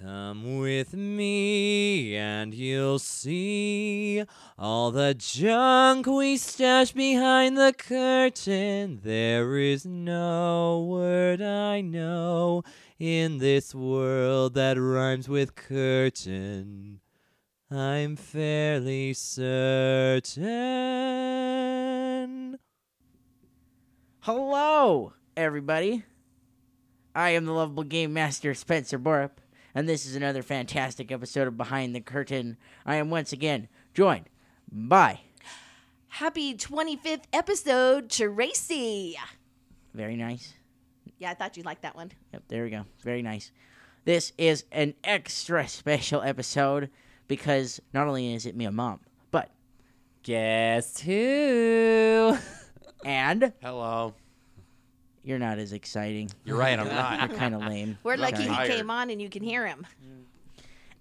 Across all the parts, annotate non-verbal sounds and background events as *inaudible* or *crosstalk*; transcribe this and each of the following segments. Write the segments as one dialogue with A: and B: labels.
A: Come with me and you'll see all the junk we stash behind the curtain. There is no word I know in this world that rhymes with curtain. I'm fairly certain.
B: Hello, everybody. I am the lovable game master Spencer Borup, and this is another fantastic episode of Behind the Curtain. I am once again joined by
C: Happy 25th episode, Tracy.
B: very nice.
C: Yeah, I thought you liked that one.
B: Yep, there we go. Very nice. This is an extra special episode because not only is it me and mom, but
A: Guess who? *laughs*
B: and
D: Hello.
B: you're not as exciting.
D: You're right, I'm not.
C: *laughs*
B: You're kind of lame.
C: We're
B: Sorry.
C: lucky he
D: tired.
C: came on and you can hear him.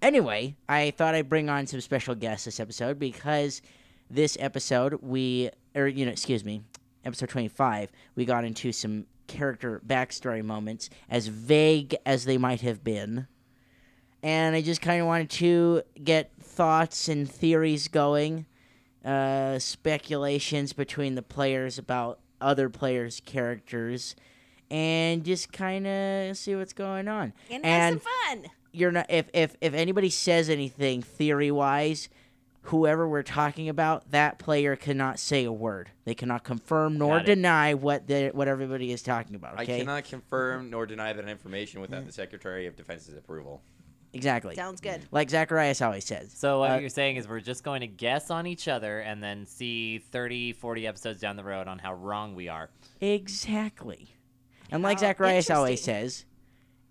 B: Anyway, I thought I'd bring on some special guests this episode because this episode we or you know, excuse me, episode 25, we got into some character backstory moments as vague as they might have been. And I just kind of wanted to get thoughts and theories going, uh, speculations between the players about other players' characters, and just kind of see what's going on.
C: And, have some fun.
B: you're not if if if anybody says anything theory wise whoever we're talking about that player cannot say a word they cannot confirm nor
A: Got it.
B: deny what the what everybody is talking about
D: I
B: okay
D: cannot confirm nor deny that information without the Secretary of Defense's approval.
B: exactly
C: Sounds good.
B: like zacharias always says
E: So what
B: Uh,
E: you're saying is we're just going to guess on each other and then see 30, 40 episodes down the road on how wrong we are.
B: exactly and like
C: How
B: zacharias always
C: interesting.
B: says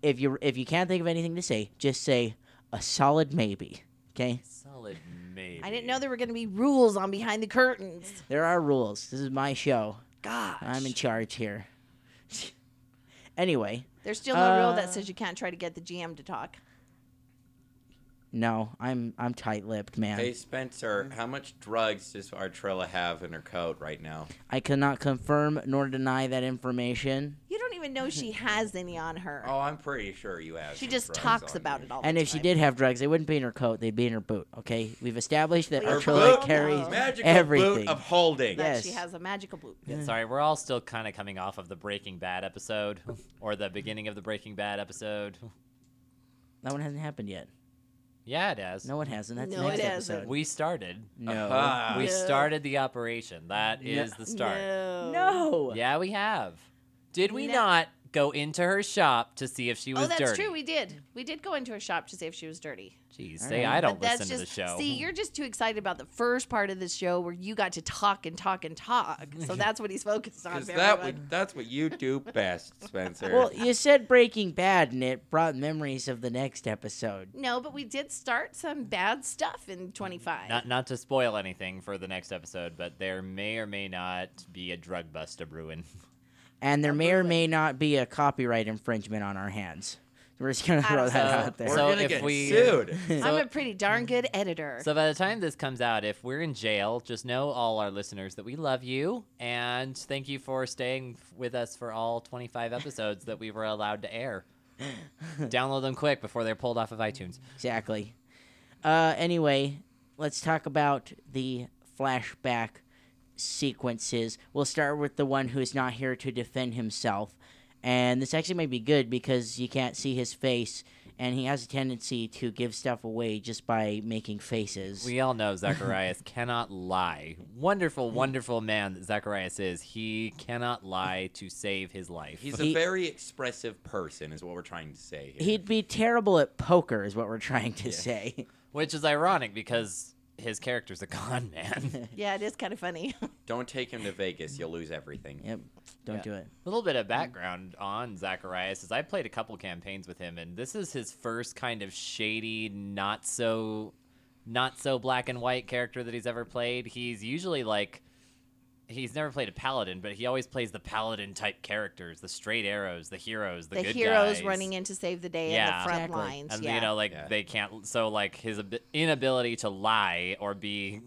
B: if you if you can't think of anything to say just say a solid maybe okay
E: Solid maybe.
C: I didn't know there were going to be rules on behind the curtains.
B: there are rules this is my show
C: Gosh.
B: i'm in charge here *laughs* anyway
C: There's still no rule
B: Uh,
C: that says you can't try to get the GM to talk.
B: No, I'm I'm tight-lipped, man.
D: Hey, Spencer,
B: Mm-hmm.
D: how much drugs does our Trilla have in her coat right now?
B: I cannot confirm nor deny that information.
C: You don't even know she has any on her.
D: Oh, I'm pretty sure you have.
C: she
D: some
C: just
D: drugs
C: talks
D: on
C: about
D: you.
C: it all
B: And
C: the
B: if she
C: time.
B: did have drugs, they wouldn't be in her coat; they'd be in her boot. Okay, we've established that
C: Her
D: Her
B: Artrilla
D: boot,
B: carries
C: No.
D: magical
B: everything.
D: boot of holding.
C: But she
B: yes.
C: has a magical boot.
E: Yeah, sorry, we're all still kind of coming off of the Breaking Bad episode or the beginning of the Breaking Bad episode.
B: that one hasn't happened yet.
E: Yeah, it has.
B: No, it hasn't. That's
C: No,
B: next
C: it
B: episode.
C: hasn't.
E: We started.
B: No,
D: Uh-huh.
E: We
C: No.
E: started the operation. That
B: No.
E: is the start.
C: No.
B: no.
E: Yeah, we have. Did we
C: No.
E: not go into her shop to see if she was
C: Oh, that's
E: dirty?
C: true. We did. We did go into her shop to see if she was dirty.
E: Jeez,
B: All
E: say
B: right.
E: I don't
C: But that's
E: listen
C: just,
E: to the show.
C: See, you're just too excited about the first part of the show where you got to talk and talk and talk.
E: *laughs*
C: So that's what he's focused on.
D: Because that
C: everyone.
D: would, that's what you do
C: *laughs*
D: best, Spencer.
B: Well, you said Breaking Bad, and it brought memories of the next episode.
C: No, but we did start some bad stuff in 25.
E: Mm, Not not to spoil anything for the next episode, but there may or may not be a drug bust to Bruin.
B: And there may or may not be a copyright infringement on our hands. We're just gonna throw that
C: Absolutely.
B: out there.
D: We're
E: so
D: gonna
E: if
D: get
E: we-
B: uh, *laughs*
C: *laughs*
D: sued.
C: I'm a pretty darn good editor.
E: So by the time this comes out, if we're in jail, just know all our listeners that we love you and thank you for staying with us for all 25 episodes that we were allowed
C: *laughs*
E: to air. Download them quick before they're pulled off of iTunes.
B: Exactly. Uh, anyway, let's talk about the flashback sequences. We'll start with the one who is not here to defend himself. And this actually might be good because you can't see his face, and he has a tendency to give stuff away just by making faces.
E: We all know Zacharias
C: *laughs*
E: cannot lie. Wonderful, wonderful man that Zacharias is. He cannot lie to save his life.
D: He's
B: He-
D: a very expressive person, is what we're trying to say here.
B: He'd be terrible at poker, is what we're trying to say. *laughs*
E: Which is ironic because his character's a con
C: *laughs*
E: man. *laughs*
C: yeah, it is kind of funny.
D: Don't take him to Vegas; you'll lose everything.
B: Yep, don't do it.
E: A little bit
C: Mm.
E: of background on Zacharias is I played a couple campaigns with him, and this is his first kind of shady, not so, not so black and white character that he's ever played. He's usually like, he's never played a paladin, but he always plays the paladin type characters, the straight arrows, the heroes, the,
C: the
E: good
C: heroes
E: guys.
C: running in to save the day and
E: Yeah.
C: the front
B: Exactly.
C: lines.
E: And
C: yeah.
E: you know, like
D: Yeah.
E: they can't. So like his ab- inability to lie or be,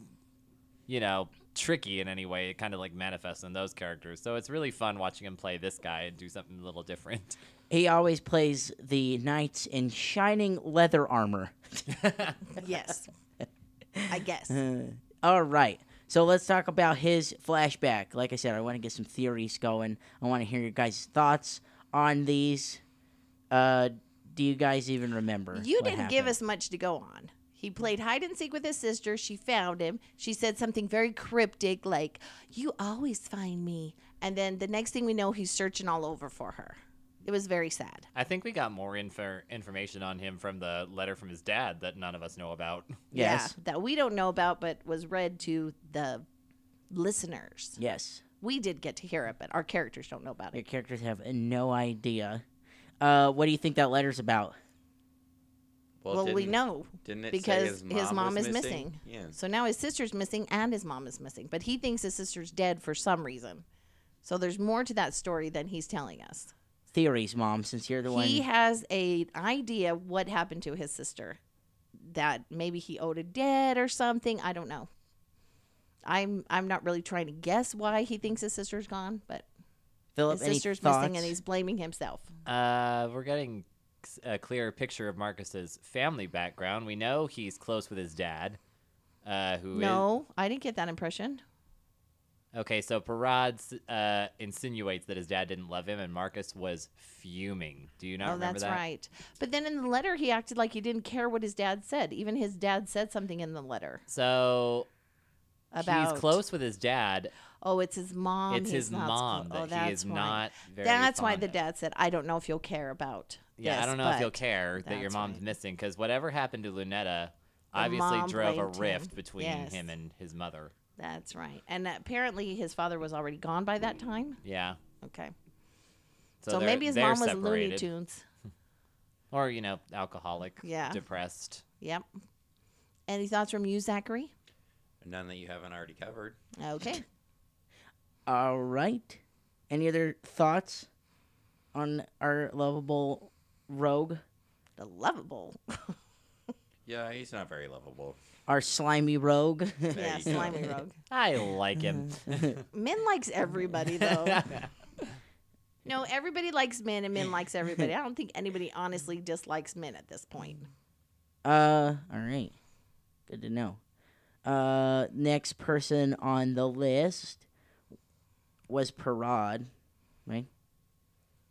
E: you know, tricky in any way, it kind of like manifests in those characters. So it's really fun watching him play this guy and do something a little different. *laughs*
B: He always plays the knights in shining leather armor.
E: *laughs*
C: Yes. I guess.
B: All right. So let's talk about his flashback. Like I said, I want to get some theories going. I want to hear your guys' thoughts on these. Uh, do you guys even remember?
C: You
B: what
C: didn't give
B: happened?
C: us much to go on. He played hide and seek with his sister. She found him. She said something very cryptic, like, You always find me. And then the next thing we know, he's searching all over for her. It was very sad.
E: I think we got more info- information on him from the letter from his dad that none of us know about. *laughs*
B: Yes.
C: Yeah, that we don't know about, but was read to the listeners.
B: Yes.
C: We did get to hear it, but our characters don't know about
B: Your
C: it.
B: characters have no idea. Uh, what do you think that letter's about?
C: Well, we
D: didn't-
C: know
D: Didn't it say
C: because
D: his mom, was
C: is missing.
D: Yeah.
C: So now his sister's missing and his mom is missing, but he thinks his sister's dead for some reason. So there's more to that story than he's telling us.
B: Theories, mom, since you're the
C: He
B: one.
C: has a idea what happened to his sister. That maybe he owed a debt or something. I don't know. I'm I'm not really trying to guess why he thinks his sister's gone, but
B: Philip,
C: his
B: any
C: sister's
B: thoughts?
C: missing and he's blaming himself.
E: Uh, we're getting s- a clearer picture of Marcus's family background. We know he's close with his dad. Uh, who is-
C: No, I didn't get that impression.
E: okay, so Parad uh, insinuates that his dad didn't love him, and Marcus was fuming. Do you not
C: Oh,
E: remember
C: that's
E: that?
C: right. But then in the letter, he acted like he didn't care what his dad said. Even his dad said something in the letter
E: So
C: about
E: he's close with his dad.
C: Oh, it's his mom.
E: it's
C: he's
E: his
C: not
E: mom
C: clo- oh,
E: that he is
C: that's why.
E: not very.
C: That's why
E: fond
C: the
E: of.
C: dad said, "I don't know if you'll care about."
E: Yeah, I
C: this,
E: don't know if you'll
C: but-"
E: care that your
C: that's
E: mom's
C: right.
E: missing because whatever happened to Lunetta obviously
C: mom
E: drove a
C: blamed him.
E: rift between
C: Yes.
E: him and his mother.
C: That's right. And apparently, his father was already gone by that time.
E: Yeah.
C: Okay,
E: So,
C: so,
E: they're-
C: maybe his
E: they're
C: mom was
E: separated.
C: Looney Tunes.
E: or you know, alcoholic,
C: Yeah.
E: depressed.
C: Yep. Any thoughts from you, Zachary?
D: None that you haven't already covered.
E: *laughs*
C: Okay.
B: All right. Any other thoughts on our lovable rogue,
C: The lovable.
D: Yeah, he's not very lovable.
B: our slimy rogue? *laughs*
D: There
C: yeah,
D: you go.
C: slimy rogue.
E: I like
C: *laughs*
E: him.
C: Men likes
B: *laughs*
C: everybody though. no, everybody likes men and men likes everybody. I don't think anybody honestly dislikes men at this point.
B: Uh, all right. Good to know. Uh, next person on the list was Parad, right?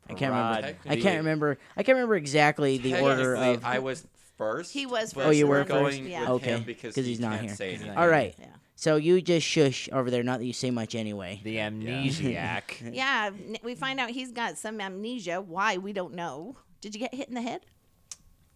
B: I can't remember.
D: Parad.
B: I can't remember. I can't remember exactly the order
D: Technically,
B: of.
D: I was first.
C: He was
D: but
C: first. Oh, you
D: we're
C: were first?
D: going
C: Yeah.
D: with
B: Okay,
D: him because
B: 'cause
D: he
B: he's not
D: can't
B: here.
D: Say anything.
B: all right.
C: Yeah.
B: So you just shush over there. Not that you say much anyway.
E: The amnesiac.
C: Yeah, n- we find out he's got some amnesia. Why we don't know. Did you get hit in the head?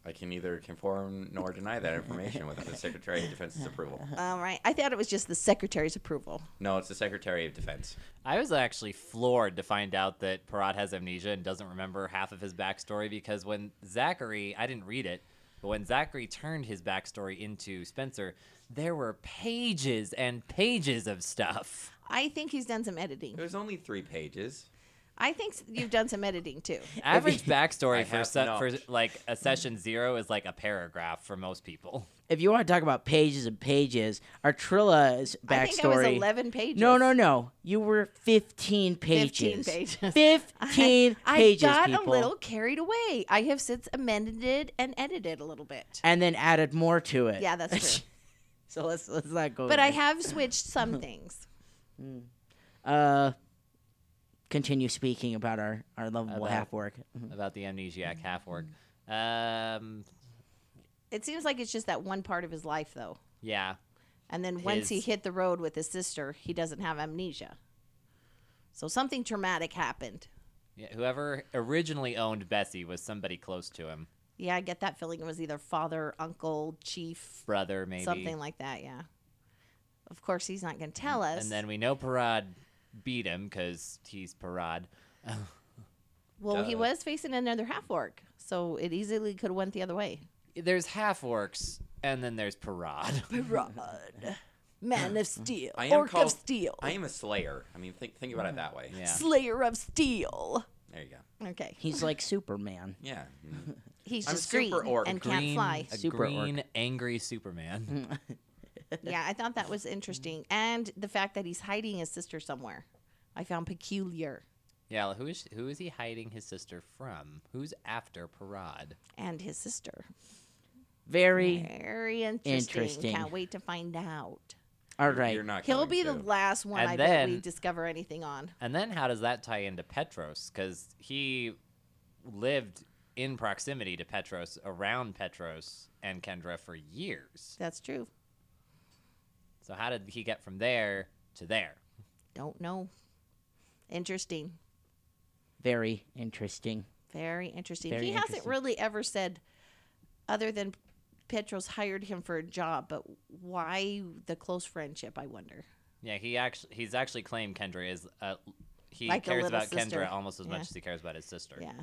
D: I can neither confirm nor deny that information without the Secretary
C: *laughs*
D: of Defense's approval.
C: All right. I thought it was just the secretary's approval.
D: No, it's the Secretary of Defense.
E: I was actually floored to find out that Parad has amnesia and doesn't remember half of his backstory because when Zachary, I didn't read it, but when Zachary turned his backstory into Spencer, there were pages and pages of stuff.
C: I think he's done some editing.
D: It was only three pages.
C: I think s- you've done some editing too.
E: Average backstory
D: I
E: for
D: have
E: se-
D: not.
E: for like a session zero is like a paragraph for most people.
B: If you want to talk about pages and pages, our Trilla's backstory.
C: I think I was 11 pages.
B: No, no, no. You were 15 pages.
C: 15 pages. *laughs*
B: 15
C: I
B: pages,
C: got
B: people.
C: a little carried away. I have since amended it and edited a little bit.
B: And then added more to it.
C: Yeah,
B: *laughs*
C: that's true.
B: so let's let's not go.
C: but I
B: there.
C: have switched some things.
B: uh continue speaking about our our lovable
E: About- Mm-hmm.
B: half work.
E: about the amnesiac half orc. Um,
C: It seems like it's just that one part of his life, though.
E: yeah,
C: And then once he
E: His-
C: hit the road with his sister, he doesn't have amnesia. So something traumatic happened.
E: yeah. Whoever originally owned Bessie was somebody close to him,
C: Yeah, I get that feeling. It was either father, uncle, chief,
E: brother maybe.
C: something like that. Yeah. Of course, he's not going to tell us.
E: And then we know Parad beat him because he's Parad.
C: well, he
D: Duh.
C: was facing another half orc, so it easily could have went the other way.
E: There's half orcs, and then there's Parad.
C: Rod, man
D: *clears throat*
C: of steel,
D: I am
C: orc
D: called-
C: of steel,
D: I am a slayer. I mean, think think about it that way.
E: yeah.
C: slayer of steel.
D: There you go.
C: Okay,
B: He's like Superman.
D: Yeah.
C: he's
D: I'm
C: just green
D: super orc.
C: and can't
E: Green,
C: fly. Hmm.
E: a
B: Super orc.
E: green, angry Superman.
C: yeah, I thought that was interesting, and the fact that he's hiding his sister somewhere, I found peculiar.
E: Yeah, who is who is he hiding his sister from? Who's after Parad?
C: and his sister.
B: Very.
C: Very interesting.
B: Interesting.
C: Can't wait to find out.
B: All right.
D: You're not.
C: He'll
D: going
C: be the
D: to.
C: last one
E: And
C: I bet we
E: then-
C: discover anything on.
E: And then how does that tie into Petros? Because he lived in proximity to Petros, around Petros and Kendra for years.
C: That's true.
E: So how did he get from there to there?
C: Don't know. Interesting.
B: Very interesting.
C: Very interesting.
B: Very
C: he hasn't
B: interesting.
C: really ever said, other than Petros hired him for a job, but why the close friendship, I wonder.
E: Yeah, he actually he's actually claimed Kendra is uh, he
C: Like a
E: cares
C: little
E: about
C: sister.
E: Kendra almost as
C: Yeah.
E: much as he cares about his sister.
C: Yeah.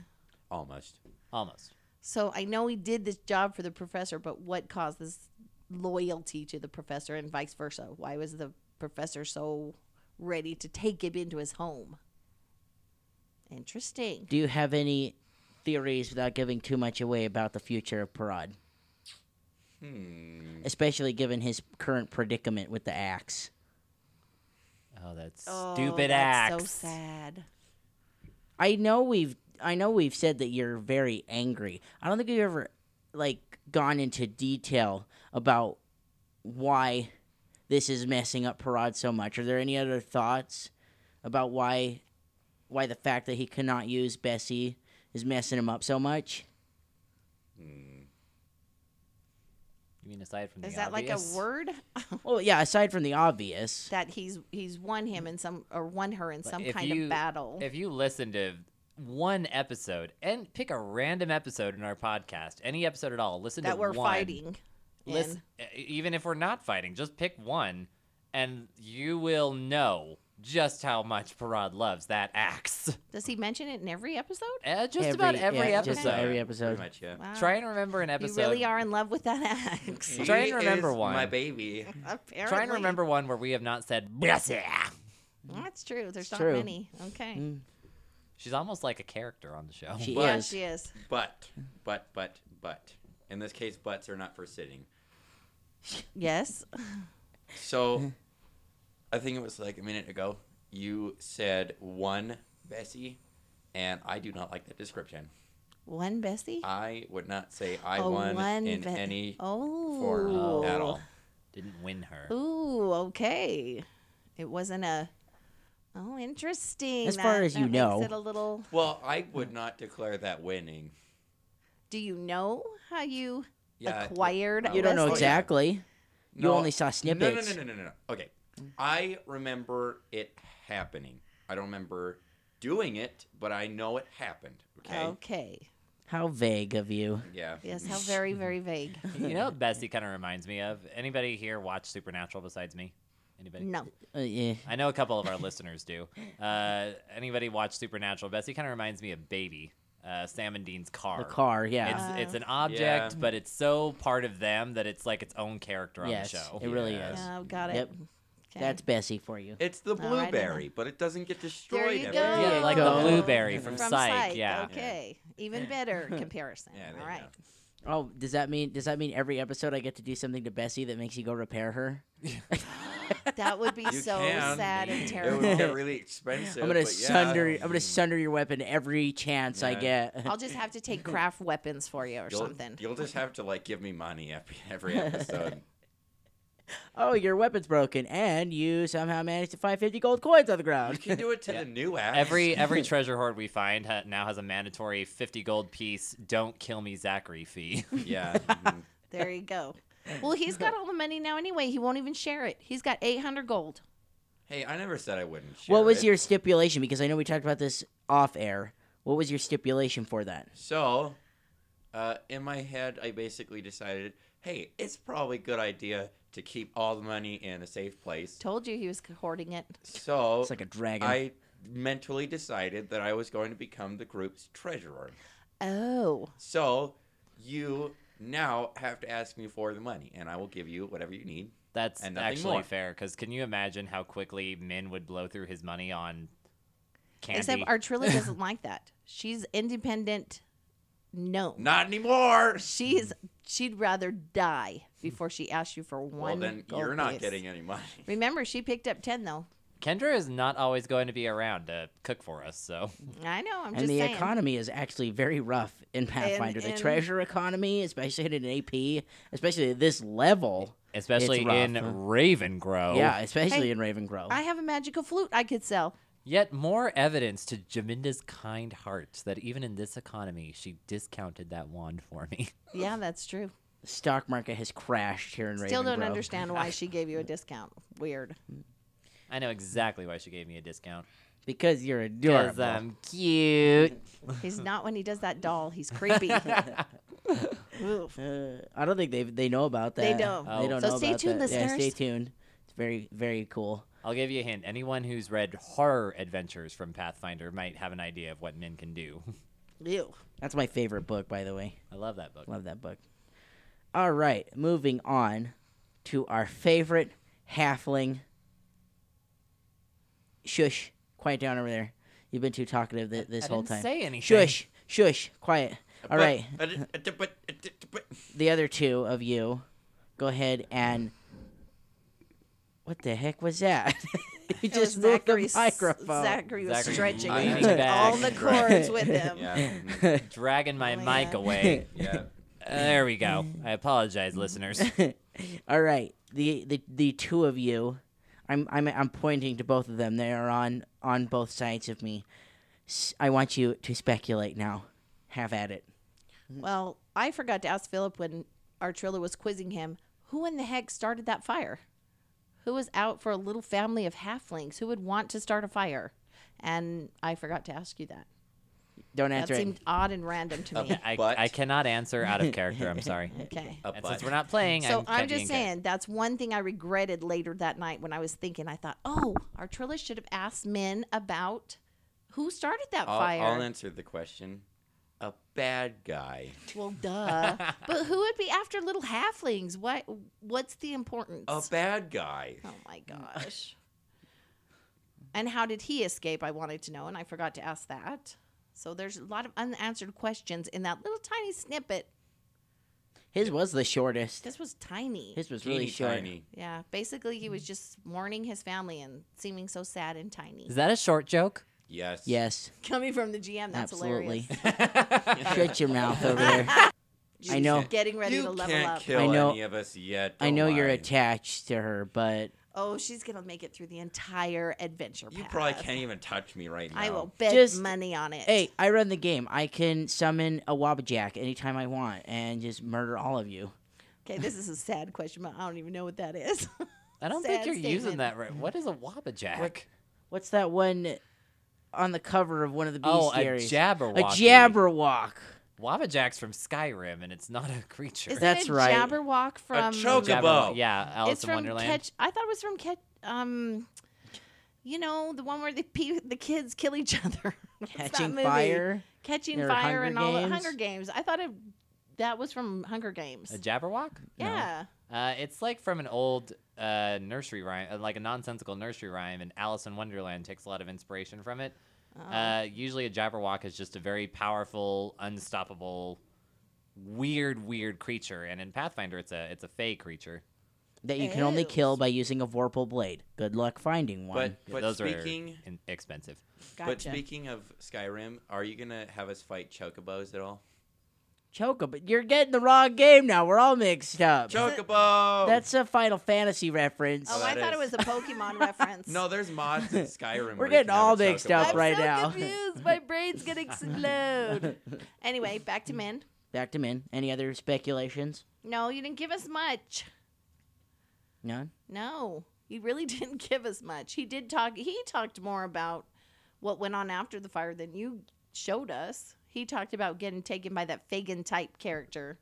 D: Almost.
E: Almost.
C: So I know he did this job for the professor, but what caused this loyalty to the professor and vice versa? Why was the professor so ready to take him into his home? Interesting.
B: Do you have any theories without giving too much away about the future of Parad? Hmm. Especially given his current predicament with the axe.
E: Oh, that's
C: Oh,
E: stupid
C: that's
E: axe.
C: So sad.
B: I know we've I know we've said that you're very angry. I don't think you've ever like gone into detail about why this is messing up Parad so much. Are there any other thoughts about why why the fact that he cannot use Bessie is messing him up so much?
E: You mean aside from
C: Is
E: the
C: that like
E: obvious?
C: a word
B: Well, yeah, aside from the obvious.
C: that he's he's won him in some or won her in some
E: If
C: kind
E: you-
C: of battle?
E: If you listen to one episode and pick a random episode in our podcast, any episode at all, listen
C: that
E: to
C: we're
E: one.
C: fighting.
E: Listen,
C: in.
E: e- even if we're not fighting, just pick one, and you will know just how much Parad loves that axe. *laughs*
C: Does he mention it in every e, episode?
E: Eh, just about every
B: yeah,
E: episode.
B: Just about every
D: Yeah,
B: episode.
D: Pretty much, yeah.
C: Wow.
E: Try and remember an
C: you
E: episode.
C: really are in love with that *laughs* axe.
E: Yeah. Try and
D: He
E: remember
D: is
E: one.
D: My baby.
C: Apparently,
E: Try and remember one where we have not said bless ya."
C: That's true. There's not
B: Mm. true. Mm.
C: many. Okay.
E: She's almost like a character on the show.
B: She
C: Yeah,
B: is.
C: she is.
D: But, but, but, but. In this case, butts are not for sitting.
C: Yes.
B: *laughs*
D: So, I think it was like a minute ago. You said one Bessie, and I do not like that description.
C: One Bessie.
D: I would not say I
C: Oh,
D: won
C: one
D: in
C: Be-
D: any
C: oh.
D: form at all.
E: *laughs* Didn't win her.
C: Ooh. Okay. It wasn't a. Oh, interesting.
B: As far
C: That-
B: as you
C: that makes
B: know.
C: it a little.
D: Well, I
B: Mm.
D: would not declare that winning.
C: Do you know how you
D: Yeah,
C: acquired?
B: You don't know
D: Oh, yeah.
C: Leslie?
B: exactly. You only saw snippets.
D: No, no, no, no, no, no. Okay.
C: Mm.
D: I remember it happening. I don't remember doing it, but I know it happened. Okay.
C: Okay.
B: How vague of you.
D: Yeah.
C: Oh. Yes, how very, very
D: *laughs*
C: vague.
E: you know what Bessie kind of reminds me of? Anybody here watch Supernatural besides me? Anybody?
C: No.
B: Uh, yeah.
E: I know a
B: *laughs*
E: couple of our listeners do. Uh, anybody watch Supernatural? Bessie kind of reminds me of Baby, uh, Sam and Dean's car.
B: The car, yeah.
E: It's,
C: Uh,
E: it's an object,
D: Yeah.
E: but it's so part of them that it's like its own character on
B: yes,
E: the show.
B: it really
D: Yeah.
B: is.
C: No, Oh, got it.
B: Yep.
C: Okay.
B: That's Bessie for you.
D: It's the
C: All right,
D: blueberry, but it doesn't get destroyed.
C: there you
D: every
C: go.
D: time.
E: Yeah, like the
B: go.
E: blueberry from,
C: From
E: Psych.
C: Psych,
E: Yeah.
C: Okay. Even better comparison.
D: *laughs* Yeah, there
C: All
D: you
C: right.
B: Oh, does that mean does that mean every episode I get to do something to Bessie that makes you go repair her?
C: That would be
D: You
C: so
D: can.
C: sad
B: *laughs*
C: and
D: It
C: terrible.
D: would get really expensive.
B: I'm gonna
D: but yeah. Hmm.
B: sunder I'm gonna sunder your weapon every chance I
D: Yeah.
B: get.
C: I'll just have to
D: *laughs*
C: take craft weapons for you or
D: You'll,
C: something.
D: You'll just have to like give me money every every
B: *laughs*
D: episode.
B: *laughs* oh, your weapon's broken, and you somehow managed to find 50 gold coins on the
D: you
B: ground. *laughs*
D: *laughs* can do it to the new app.
E: Every every treasure hoard we find ha- now has a mandatory fifty gold piece. Don't kill me, Zachary fee.
D: yeah.
B: *laughs*
D: mhm.
C: There you go.
D: *laughs*
C: Well, he's got all the money now anyway. He won't even share it. He's got 800 gold.
D: Hey, I never said I wouldn't. Share
B: What was
D: it.
B: your stipulation? Because I know we talked about this off air. What was your stipulation for that?
D: So, uh, in my head, I basically decided, hey, it's probably a good idea to keep all the money in a safe place.
C: Told you he was hoarding it.
D: So,
B: It's like a dragon.
D: I mentally decided that I was going to become the group's treasurer.
C: Oh.
D: So, you now have to ask me for the money, and I will give you whatever you need.
E: That's
D: And nothing
E: actually
D: more.
E: fair. Because can you imagine how quickly Min would blow through his money on candy?
C: Except our Trilla
B: *laughs*
C: doesn't like that. She's independent. No.
D: Not anymore.
C: She's she'd rather die before she asks you for one.
D: Well, then
C: gold
D: you're not
C: piece. *laughs*
D: getting any money.
C: Remember, she picked up ten though.
E: Kendra is not always going to be around to cook for us,
B: *laughs*
E: so
C: I know. I'm
B: and
C: just
B: the
C: saying.
B: economy is actually very rough in Pathfinder. the
C: and-
B: treasure economy, especially in AP, especially at this level.
E: especially
B: rough,
E: in
B: huh?
E: Ravengrow.
B: Yeah, especially
C: Hey,
B: in Ravengrow.
C: I have a magical flute I could sell.
E: Yet more evidence to Jaminda's kind heart that even in this economy, she discounted that wand for me. *laughs*
C: Yeah, that's true.
B: the stock market has crashed here in Ravengrow.
C: Still don't understand why she gave you a discount. Weird.
E: I know exactly why she gave me a discount.
B: Because you're adorable.
E: Because I'm cute.
C: He's not when he does that doll. He's creepy. Oof.
B: Uh, I don't think they they know about that.
C: They don't.
B: They
E: Oh.
B: don't
C: So
B: know
C: stay
B: about
C: tuned,
B: that. Yeah, stay
C: listeners.
B: tuned. It's very very cool.
E: I'll give you a hint. Anyone who's read horror adventures from Pathfinder might have an idea of what men can do. *laughs*
C: Ew.
B: That's my favorite book, by the way.
E: I love that book.
B: Love that book. All right, moving on to our favorite halfling. Shush, quiet down over there. You've been too talkative th- this
E: I
B: whole
E: didn't
B: time.
E: say anything.
B: Shush, shush, quiet. All right, the other two of you, go ahead and. What the heck was that? *laughs* you
C: It was
B: just moved the
C: Zachary's-
B: microphone.
C: Zachary was
E: Zachary
C: stretching
D: leaning
C: all the
E: back.
C: cords with him.
D: *laughs* Yeah.
E: *laughs* Dragging my
C: Oh, yeah. *laughs*
E: mic away.
D: Yeah.
E: there we go. I apologize, listeners.
B: All right, the, the the two of you, I'm I'm I'm pointing to both of them. They are on on both sides of me. S- I want you to speculate now. Have at it.
C: Well, I forgot to ask Philip when our triller was quizzing him, who in the heck started that fire? Who was out for a little family of halflings? Who would want to start a fire? And I forgot to ask you that.
B: Don't
C: That
B: answer
C: seemed
B: it.
C: odd and random to me.
E: I,
D: But-
E: I cannot answer out of character.
C: *laughs*
E: I'm sorry.
C: Okay.
D: A
E: And
D: butt.
E: since we're not playing,
C: So
E: I'm,
C: I'm,
E: kept
C: just
E: being character.
C: saying that's one thing I regretted later that night when I was thinking. I thought, oh, our triller should have asked men about who started that
D: I'll,
C: fire.
D: I'll answer the question. A bad guy.
C: *laughs* well, duh. but who would be after little halflings? What? What's the importance?
D: A bad guy.
C: Oh my gosh. and how did he escape? I wanted to know, and I forgot to ask that. So there's a lot of unanswered questions in that little tiny snippet.
B: His was the shortest.
C: This was tiny.
B: His was
D: Teeny
B: really short.
D: tiny.
C: yeah, basically he was just mourning his family and seeming so sad and tiny.
E: Is that a short joke?
D: Yes. *laughs*
B: Yes,
C: Coming from the GM, that's
B: absolutely. *laughs*
C: hilarious.
B: Shut your mouth over
D: *laughs*
B: there. I know.
C: Getting ready
D: you
C: to level
D: can't
C: up.
D: kill
B: I know-
D: any of us yet.
B: I know you're
D: a.
B: attached to her, but
C: Oh, she's gonna make it through the entire adventure.
D: You
C: path.
D: probably can't even touch me right now.
C: I will bet
B: Just-
C: money on it.
B: hey, I run the game. I can summon a Wabajack anytime I want and just murder all of you.
C: Okay, this is a sad question, but I don't even know what that
B: *laughs*
C: is.
E: I don't
C: Sad
E: think you're using
C: statement.
E: that right. What is a wabajack?
B: What's that one on the cover of one of the Beast
E: Oh, a
B: series?
E: Jabberwocky.
B: A Jabberwock.
E: Wabajack's from Skyrim, and it's not a creature.
C: Isn't
B: That's
C: it
B: right.
C: Jabberwock from
D: choke-
E: Jabberwock-
D: Chocobo.
E: Yeah, Alice
C: it's
E: in
C: from
E: Wonderland.
C: Catch. I thought it was from Catch. Um, you know the one where the pe- the kids kill each other. *laughs* What's that
B: Catching
C: movie?
B: fire.
C: Catching
B: Or
C: fire,
B: Hunger
C: and all the
B: Games?
C: Hunger Games. I thought it, that was from Hunger Games.
E: a Jabberwock?
C: yeah.
E: Uh, it's like from an old uh, nursery rhyme, uh, like a nonsensical nursery rhyme, and Alice in Wonderland takes a lot of inspiration from it.
C: Oh.
E: Uh, usually, a Jabberwock is just a very powerful, unstoppable, weird, weird creature, and in Pathfinder, it's a it's a fey creature.
B: That you can only
C: Ew.
B: kill by using a Vorpal blade. Good luck finding one.
D: But
E: Yeah,
D: but
E: Those
D: speaking
E: are in- expensive.
C: Gotcha.
D: but speaking of Skyrim, are you gonna have us fight chocobos at all?
B: Choco, but you're getting the wrong game now. We're all mixed up.
D: Chocobo.
B: That's a Final Fantasy reference.
C: oh,
D: Oh,
C: I
D: that
C: thought it
D: is.
C: was a
D: *laughs*
C: Pokemon reference.
D: no. There's mods
E: *laughs*
D: in Skyrim. where you can
B: getting
D: have a
B: all mixed
D: chocobo.
B: up
C: I'm
B: right
C: so
B: now.
C: confused. My brain's
B: *laughs*
C: gonna explode. anyway, back to men.
B: Back to Min. Any other speculations?
C: No, you didn't give us much.
B: None?
C: No, he really *laughs* didn't give us much. He did talk. He talked more about what went on after the fire than you showed us. He talked about getting taken by that Fagin type character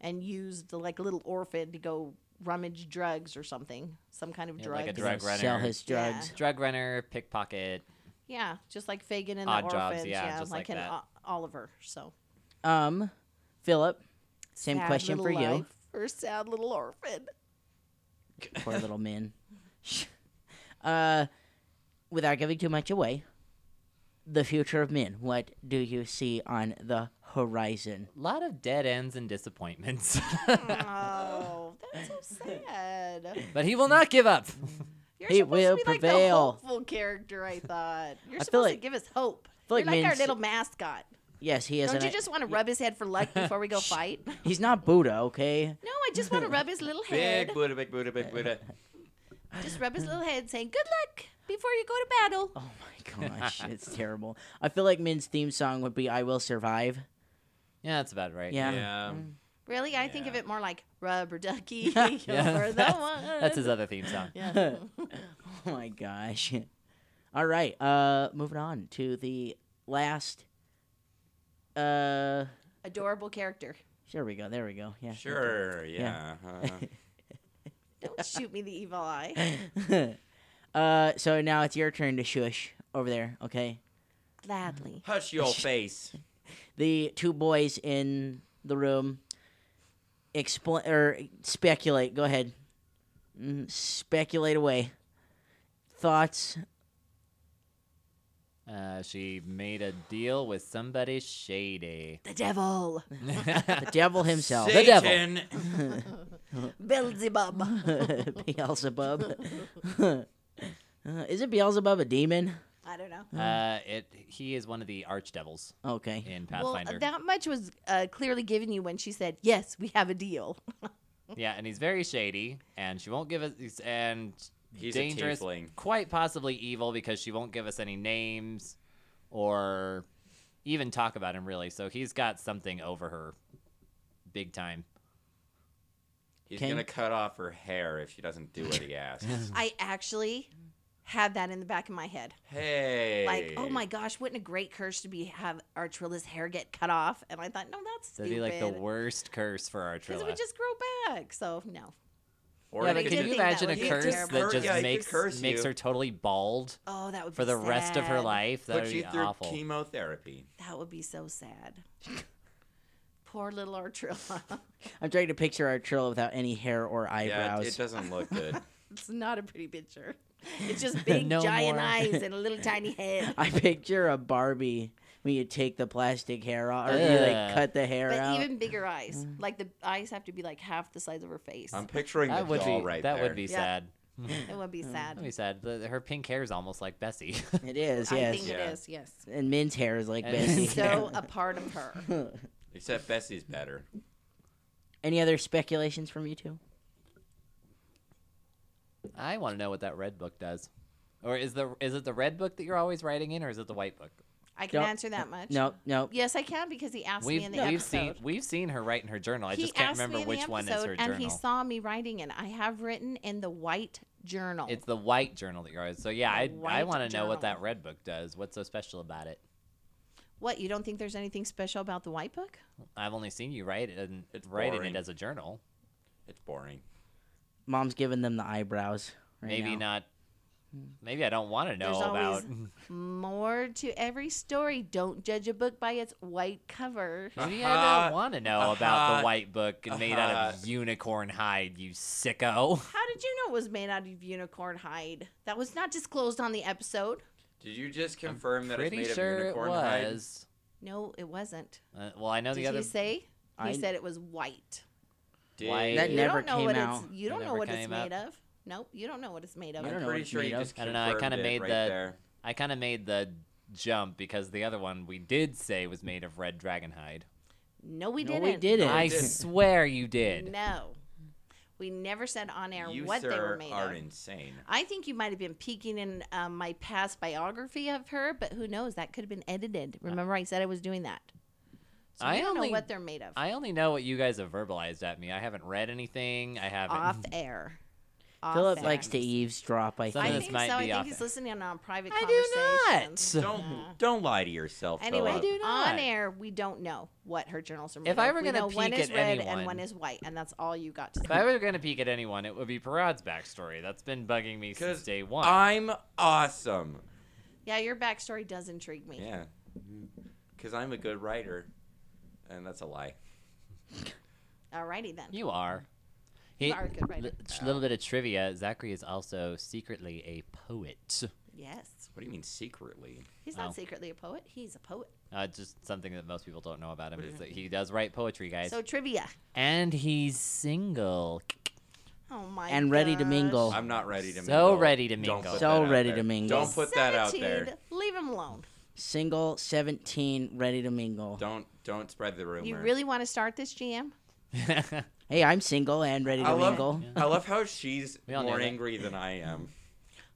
C: and used like a little orphan to go rummage drugs or something, some kind of
E: Yeah,
C: drugs.
E: like a drug runner.
B: Sell his
C: Yeah.
B: drugs.
E: Drug runner, pickpocket.
C: Yeah, just like Fagin and
E: Odd
C: the
E: jobs,
C: orphans.
E: yeah,
C: yeah,
E: just
C: like,
E: like
C: an
E: that.
C: O- Oliver. So
B: Um, Philip, same
C: sad
B: question for
C: little
B: you.
C: life for sad little orphan.
B: Poor little Min. *laughs* uh, without giving too much away, the future of Min. What do you see on the horizon?
E: A lot of dead ends and *laughs* disappointments,
B: *laughs*
C: Oh, that's so sad.
E: but he will not give up. *laughs*
C: You're
B: He
C: supposed
B: will
C: to be like the
B: prevail.
C: hopeful character. I thought you're
B: feel
C: supposed
B: like-
C: to give us hope.
B: feel like
C: you're like our
B: Minci-
C: little mascot.
B: Yes, he is.
C: Don't
B: and
C: you
B: I-
C: just want to rub his head for
B: *laughs*
C: luck before we go fight?
B: He's not Buddha,
C: *laughs*
B: okay?
C: No, I just want to rub
B: *laughs*
C: his little head.
D: Big Buddha, big Buddha, big Buddha.
E: *laughs*
C: Just
B: *laughs*
C: rub his little head, saying "Good luck" before you go to battle.
B: Oh my gosh, it's terrible. I feel like Min's theme song would be "I Will Survive."
E: Yeah, that's about right.
B: Yeah.
D: Yeah.
C: Really, I think of
D: Yeah.
C: it more like "Rubber Ducky."
B: *laughs* Yeah,
C: *laughs*
E: *laughs*
C: you're the
E: that's-
C: one.
E: That's his other theme song.
C: *laughs* Yeah.
B: *laughs* Oh my gosh. All right, uh, moving on to the last. Uh,
C: Adorable character.
B: here we go. There we go. Yeah.
D: Sure. Yeah.
E: *laughs*
D: uh-huh.
B: *laughs*
C: Don't shoot me the evil eye.
B: uh, so now it's your turn to shush over there. Okay.
C: Gladly.
D: Hush your face.
B: the two boys in the room explain or speculate. Go ahead, Mm, speculate away. Thoughts?
E: Uh, she made a deal with somebody shady. *laughs*
B: *laughs*
C: The devil.
B: The devil himself,
D: *laughs*
E: The devil.
D: Satan.
E: *laughs*
C: Beelzebub.
B: *laughs* Beelzebub. *laughs* Uh, is it Beelzebub a demon?
C: I don't know.
E: Uh, it he is one of the archdevils
B: Okay.
E: in
C: Well, uh,
E: Pathfinder.
C: that much was uh, clearly given you when she said, "Yes, we have a deal."
E: Yeah, and he's very shady, and she won't give us he's- and
D: He's a
E: dangerous,
D: tiefling.
E: quite possibly evil, because she won't give us any names or even talk about him really. So he's got something over her, big time.
D: He's
B: King.
D: gonna cut off her hair if she doesn't do what he
E: *laughs*
D: asks.
C: I actually had that in the back of my head.
D: hey.
C: Like, oh my gosh, wouldn't a great curse to be have Artrilla's hair get cut off? And I thought, no, that's stupid.
E: That'd be like the worst curse for
C: because it
E: Artrilla.
C: would just grow back. So no.
D: Or
E: yeah,
D: he
E: but
C: I
D: could
C: did
E: can you
C: think that
E: imagine a
C: would be
E: curse
C: terrible.
E: that just
D: Yeah, he could
E: makes
D: curse
E: makes
D: you.
E: her totally bald
C: Oh, that would be
E: for the rest of her
C: sad.
E: life? That
D: put
E: would
D: you
E: be
D: through
E: awful.
D: chemotherapy.
C: That would be so *laughs* sad. Poor little Artrilla.
B: I'm trying to picture Artrilla without any hair or
D: Yeah,
B: eyebrows.
D: it, it doesn't look good.
C: *laughs*
E: *laughs*
C: it's not a pretty picture. It's just big
E: No
C: giant
E: more.
C: eyes
E: *laughs*
C: and a little tiny head.
B: I picture a Barbie when you take the plastic hair off, or you like
E: Ugh.
B: cut the hair
C: But
B: out.
C: even bigger eyes.
E: Mm.
C: Like the eyes have to be like half the size of her face.
D: I'm picturing the
E: That would
D: doll
E: be
D: right
E: that
D: there.
E: would be
C: Yeah.
E: sad.
C: it would be
E: That'd be
C: sad.
E: sad. The- Her pink hair is almost like Bessie.
B: it is,
C: I
B: yes.
C: think
D: Yeah.
C: it is, yes.
E: *laughs*
B: and Min's hair is like
E: And-
B: Bessie.
C: So a part of her.
D: Except Bessie's better.
B: *laughs* Any other speculations from you two?
E: I want to know what that red book does. Or is the is it the red book that you're always writing in, or is it the white book?
C: I can
B: Don't-
C: answer that much.
B: No, no.
C: Yes, I can because he asked me
E: We've,
C: in the
E: we've
C: episode.
E: seen we've seen her write in her journal. I
C: he
E: just can't
C: asked
E: remember
C: me in
E: which
C: the
E: one is
C: episode,
E: her
C: and
E: journal.
C: he saw me writing, and I have written in the white journal.
E: It's the white journal that you're always. So yeah, I I
C: white
E: want to know what
C: journal.
E: that red book does. What's so special about it?
C: what you don't think there's anything special about the white book?
E: I've only seen you write it and
D: It's
E: writing
D: boring.
E: it as a journal.
D: It's boring.
B: Mom's giving them the eyebrows. Right
E: maybe
B: now.
E: not. Maybe I don't want to know
C: There's
E: about.
C: always- *laughs* More to every story. Don't judge a book by its white
E: *laughs*
C: cover.
E: Maybe I
D: *laughs* Uh-huh.
E: don't want to know about
D: Uh-huh.
E: the white book made out
D: Uh-huh.
E: of unicorn hide. You sicko.
C: How did you know it was made out of unicorn hide? That was not disclosed on the episode.
D: Did you just confirm that it's
E: Pretty
D: made
E: sure
D: of
E: it
D: unicorn hide?
E: was.
C: No, it wasn't.
E: Uh, well, I know
C: Did
E: the other.
C: he say? He
B: I-
C: said it was white.
D: Did-
E: Why-
B: That
C: you
B: never
C: don't know
B: came
C: what
B: out.
C: it's you
E: That
C: don't know
E: never
C: what it's
E: came out.
C: made of. Nope, you don't know what it's made of.
B: I
D: I'm
B: don't know what
D: pretty
B: it's
D: sure you
B: made of.
D: just
E: I don't know, I
D: confirmed
E: kinda
D: it
E: made
D: right
E: the-
D: there.
E: I kind of made the jump because the other one we did say was made of red dragon hide.
C: No, we
B: No,
C: didn't.
B: we didn't.
E: I
D: didn't.
E: swear you did.
C: No. We never said on air
D: You
C: what
D: sir
C: they were made
D: are
C: of.
D: insane.
C: I think you might have been peeking in um, my past biography of her, but who knows? That could have been edited. Remember, I said I was doing that. So
E: I
C: I don't
E: only-
C: know what they're made of.
E: I only know what you guys have verbalized at me. I haven't read anything. I haven't.
C: off air. Off
B: Philip
C: air.
B: likes to eavesdrop. I
E: Some
C: I
E: of
B: think.
E: this
C: think
E: might
C: so.
E: be
C: I
E: off
C: think he's
E: air.
C: listening on uh, private
E: I
C: conversations.
E: do not.
D: Don't don't lie to yourself.
C: Anyway,
D: Philip.
E: do not.
C: on air, we don't know what her journals are made
E: uh, If I
C: of.
E: were
C: We
E: gonna
C: know one
E: peek
C: is
E: at
C: red and
E: anyone-
C: one is white, and that's all you got to
E: *laughs* If
C: say.
E: I were going to peek at anyone, it would be Parad's backstory. That's been bugging me since
D: 'Cause
E: day one.
D: I'm awesome.
C: Yeah, your backstory does intrigue me.
D: Yeah.
C: Mm-hmm.
D: Because I'm a good writer. And that's a lie.
C: Alrighty then.
E: You are.
C: You
E: He-
C: are a good writer.
E: A little bit of trivia. Zachary is also secretly a poet.
C: Yes.
D: What do you mean secretly?
C: He's
E: Oh.
C: not secretly a poet. He's a poet.
E: Uh, just something that most people don't know about him is that he does write poetry, guys.
C: So trivia.
E: and he's single.
C: Oh my.
B: and ready to
C: gosh.
B: mingle.
D: I'm not ready to
E: Oh, So
D: mingle.
E: ready to
D: Don't
E: mingle.
D: put
B: So
D: that out
B: ready
D: there.
B: to mingle.
D: Don't put that out there.
C: Servitude, Leave him alone.
B: Single, 17, ready to mingle.
D: Don't don't spread the rumor.
C: You really want to start this, GM?
B: Hey, I'm single and ready to
D: I love,
B: mingle.
D: I love
B: *laughs*
D: how she's
E: We all know
D: more
E: that.
D: angry than I am.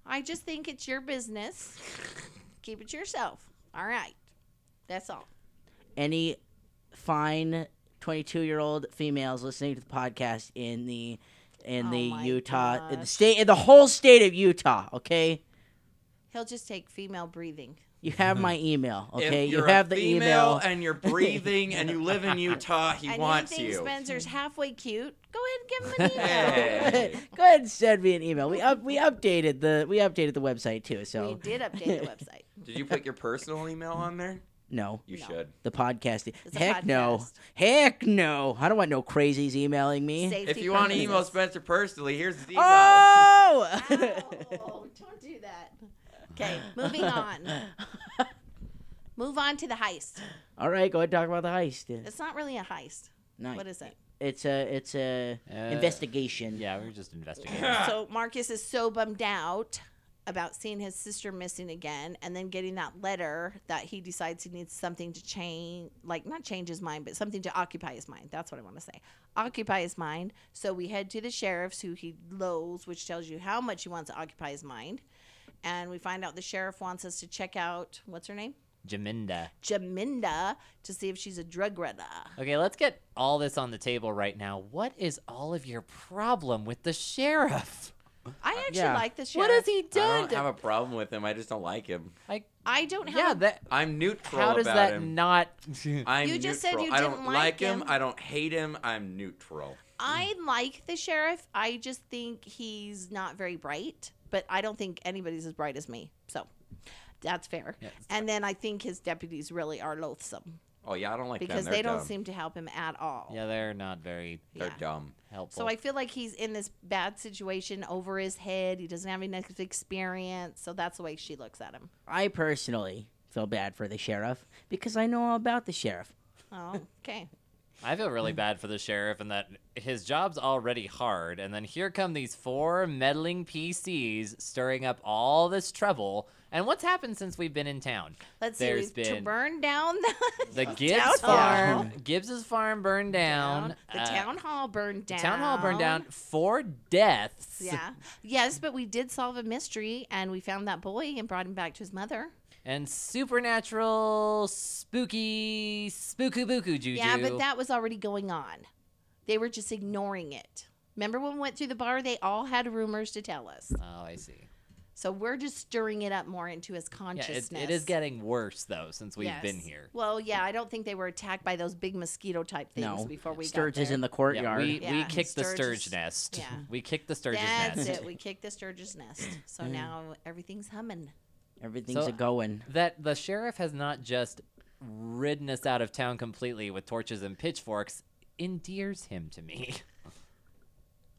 C: I just think it's your business. Keep it to yourself. All right. That's all.
B: Any fine 22 year old females listening to the podcast in the in
C: Oh
B: the
C: my
B: Utah in the
C: gosh.
B: state in the whole state of Utah, okay?
C: He'll just take female breathing.
B: You have my email, okay?
D: if
B: You
D: you're
B: have
D: a
B: the
D: female
B: email. *laughs*
D: and you're breathing and you live in Utah, he
C: and
D: wants
C: you think
D: you.
C: Spencer's halfway cute? Go
E: *laughs*
C: ahead and give him an email.
D: Hey.
B: *laughs* Go ahead and send me an email. We up we updated the we updated the website too,
C: We
B: so
C: did update the website.
D: Did you put your personal email on there?
B: no.
D: You
C: No.
D: should.
B: The podcast. e,
C: It's a
B: Heck no.
C: podcast.
B: Heck no. I don't want no crazies emailing me.
C: Safety
D: If you want to
C: purposes.
D: email Spencer personally, here's his email.
B: Oh!
C: *laughs* Ow, don't do that. Okay, moving on. Move on to the heist.
B: *laughs* All right, go ahead and talk about the heist.
C: It's not really a heist.
B: Nice.
C: What is it?
B: It's a it's a
E: Uh,
B: investigation.
E: yeah, we were just investigating. *laughs*
C: so Marcus is so bummed out about seeing his sister missing again and then getting that letter that he decides he needs something to change like not change his mind but something to occupy his mind that's what i want to say occupy his mind so we head to the sheriff's who he loathes which tells you how much he wants to occupy his mind and we find out the sheriff wants us to check out what's her name
E: Jaminda.
C: jaminda to see if she's a drug runner
E: Okay, let's get all this on the table right now. What is all of your problem with the sheriff?
C: i actually
B: Yeah.
C: like the sheriff
E: What has he
D: I
E: done?
D: don't have a problem with him. I just don't like him.
E: I,
C: i don't have
E: yeah,
C: a-
E: that.
D: I'm neutral
E: How does
D: about
E: that
D: him.
E: not?
D: I'm
C: You just said
D: neutral.
C: you
D: I don't
C: didn't
D: like
C: like
D: him.
C: him.
D: I don't hate him. I'm neutral.
C: I like the sheriff. I just think he's not very bright, but I don't think anybody's as bright as me. So that's fair. and then I think his deputies really are loathsome
D: Oh yeah, I don't like
C: because
D: them.
C: they
D: They're
C: don't
D: dumb.
C: seem to help him at all.
E: yeah, they're not very
D: They're
C: Yeah.
D: dumb.
E: helpful.
C: So I feel like he's in this bad situation over his head. He doesn't have enough experience. So that's the way she looks at him.
B: I personally feel bad for the sheriff because I know all about the sheriff.
E: *laughs*
C: Oh, okay.
E: I feel really bad for the sheriff and that his job's already hard, and then here come these four meddling PCs stirring up all this trouble. And what's happened since we've been in town?
C: Let's
E: There's
C: see. We've to
E: been-
C: burn down the,
E: The
C: town
E: Gibbs farm, Gibbs's farm burned down.
C: *laughs* the
E: uh,
C: town hall burned down.
E: Town hall burned down. Four deaths.
C: Yeah. *laughs* Yes, but we did solve a mystery and we found that boy and brought him back to his mother.
E: And supernatural, spooky, spookabuku juju.
C: Yeah, but that was already going on. They were just ignoring it. Remember when we went through the bar? They all had rumors to tell us.
E: Oh, I see.
C: So we're just stirring it up more into his
E: Yeah,
C: consciousness.
E: it, it is getting worse though since we've been
C: Yes.
E: here.
C: Well, yeah, I don't think they were attacked by those big mosquito type things
B: no,
C: before we
B: Sturge
C: got
B: is
C: there.
B: in the
E: Yeah,
B: courtyard.
E: we we
C: Yeah,
E: kicked the
C: Sturgis-
E: Sturge nest.
C: yeah.
E: *laughs* We kicked the Sturge's
C: That's
E: nest.
C: it. We kicked the Sturge's nest. So now everything's humming.
B: Everything's
E: So-
B: a going.
E: *laughs* That the sheriff has not just ridden us out of town completely with torches and pitchforks endears him
C: *laughs*
E: to me.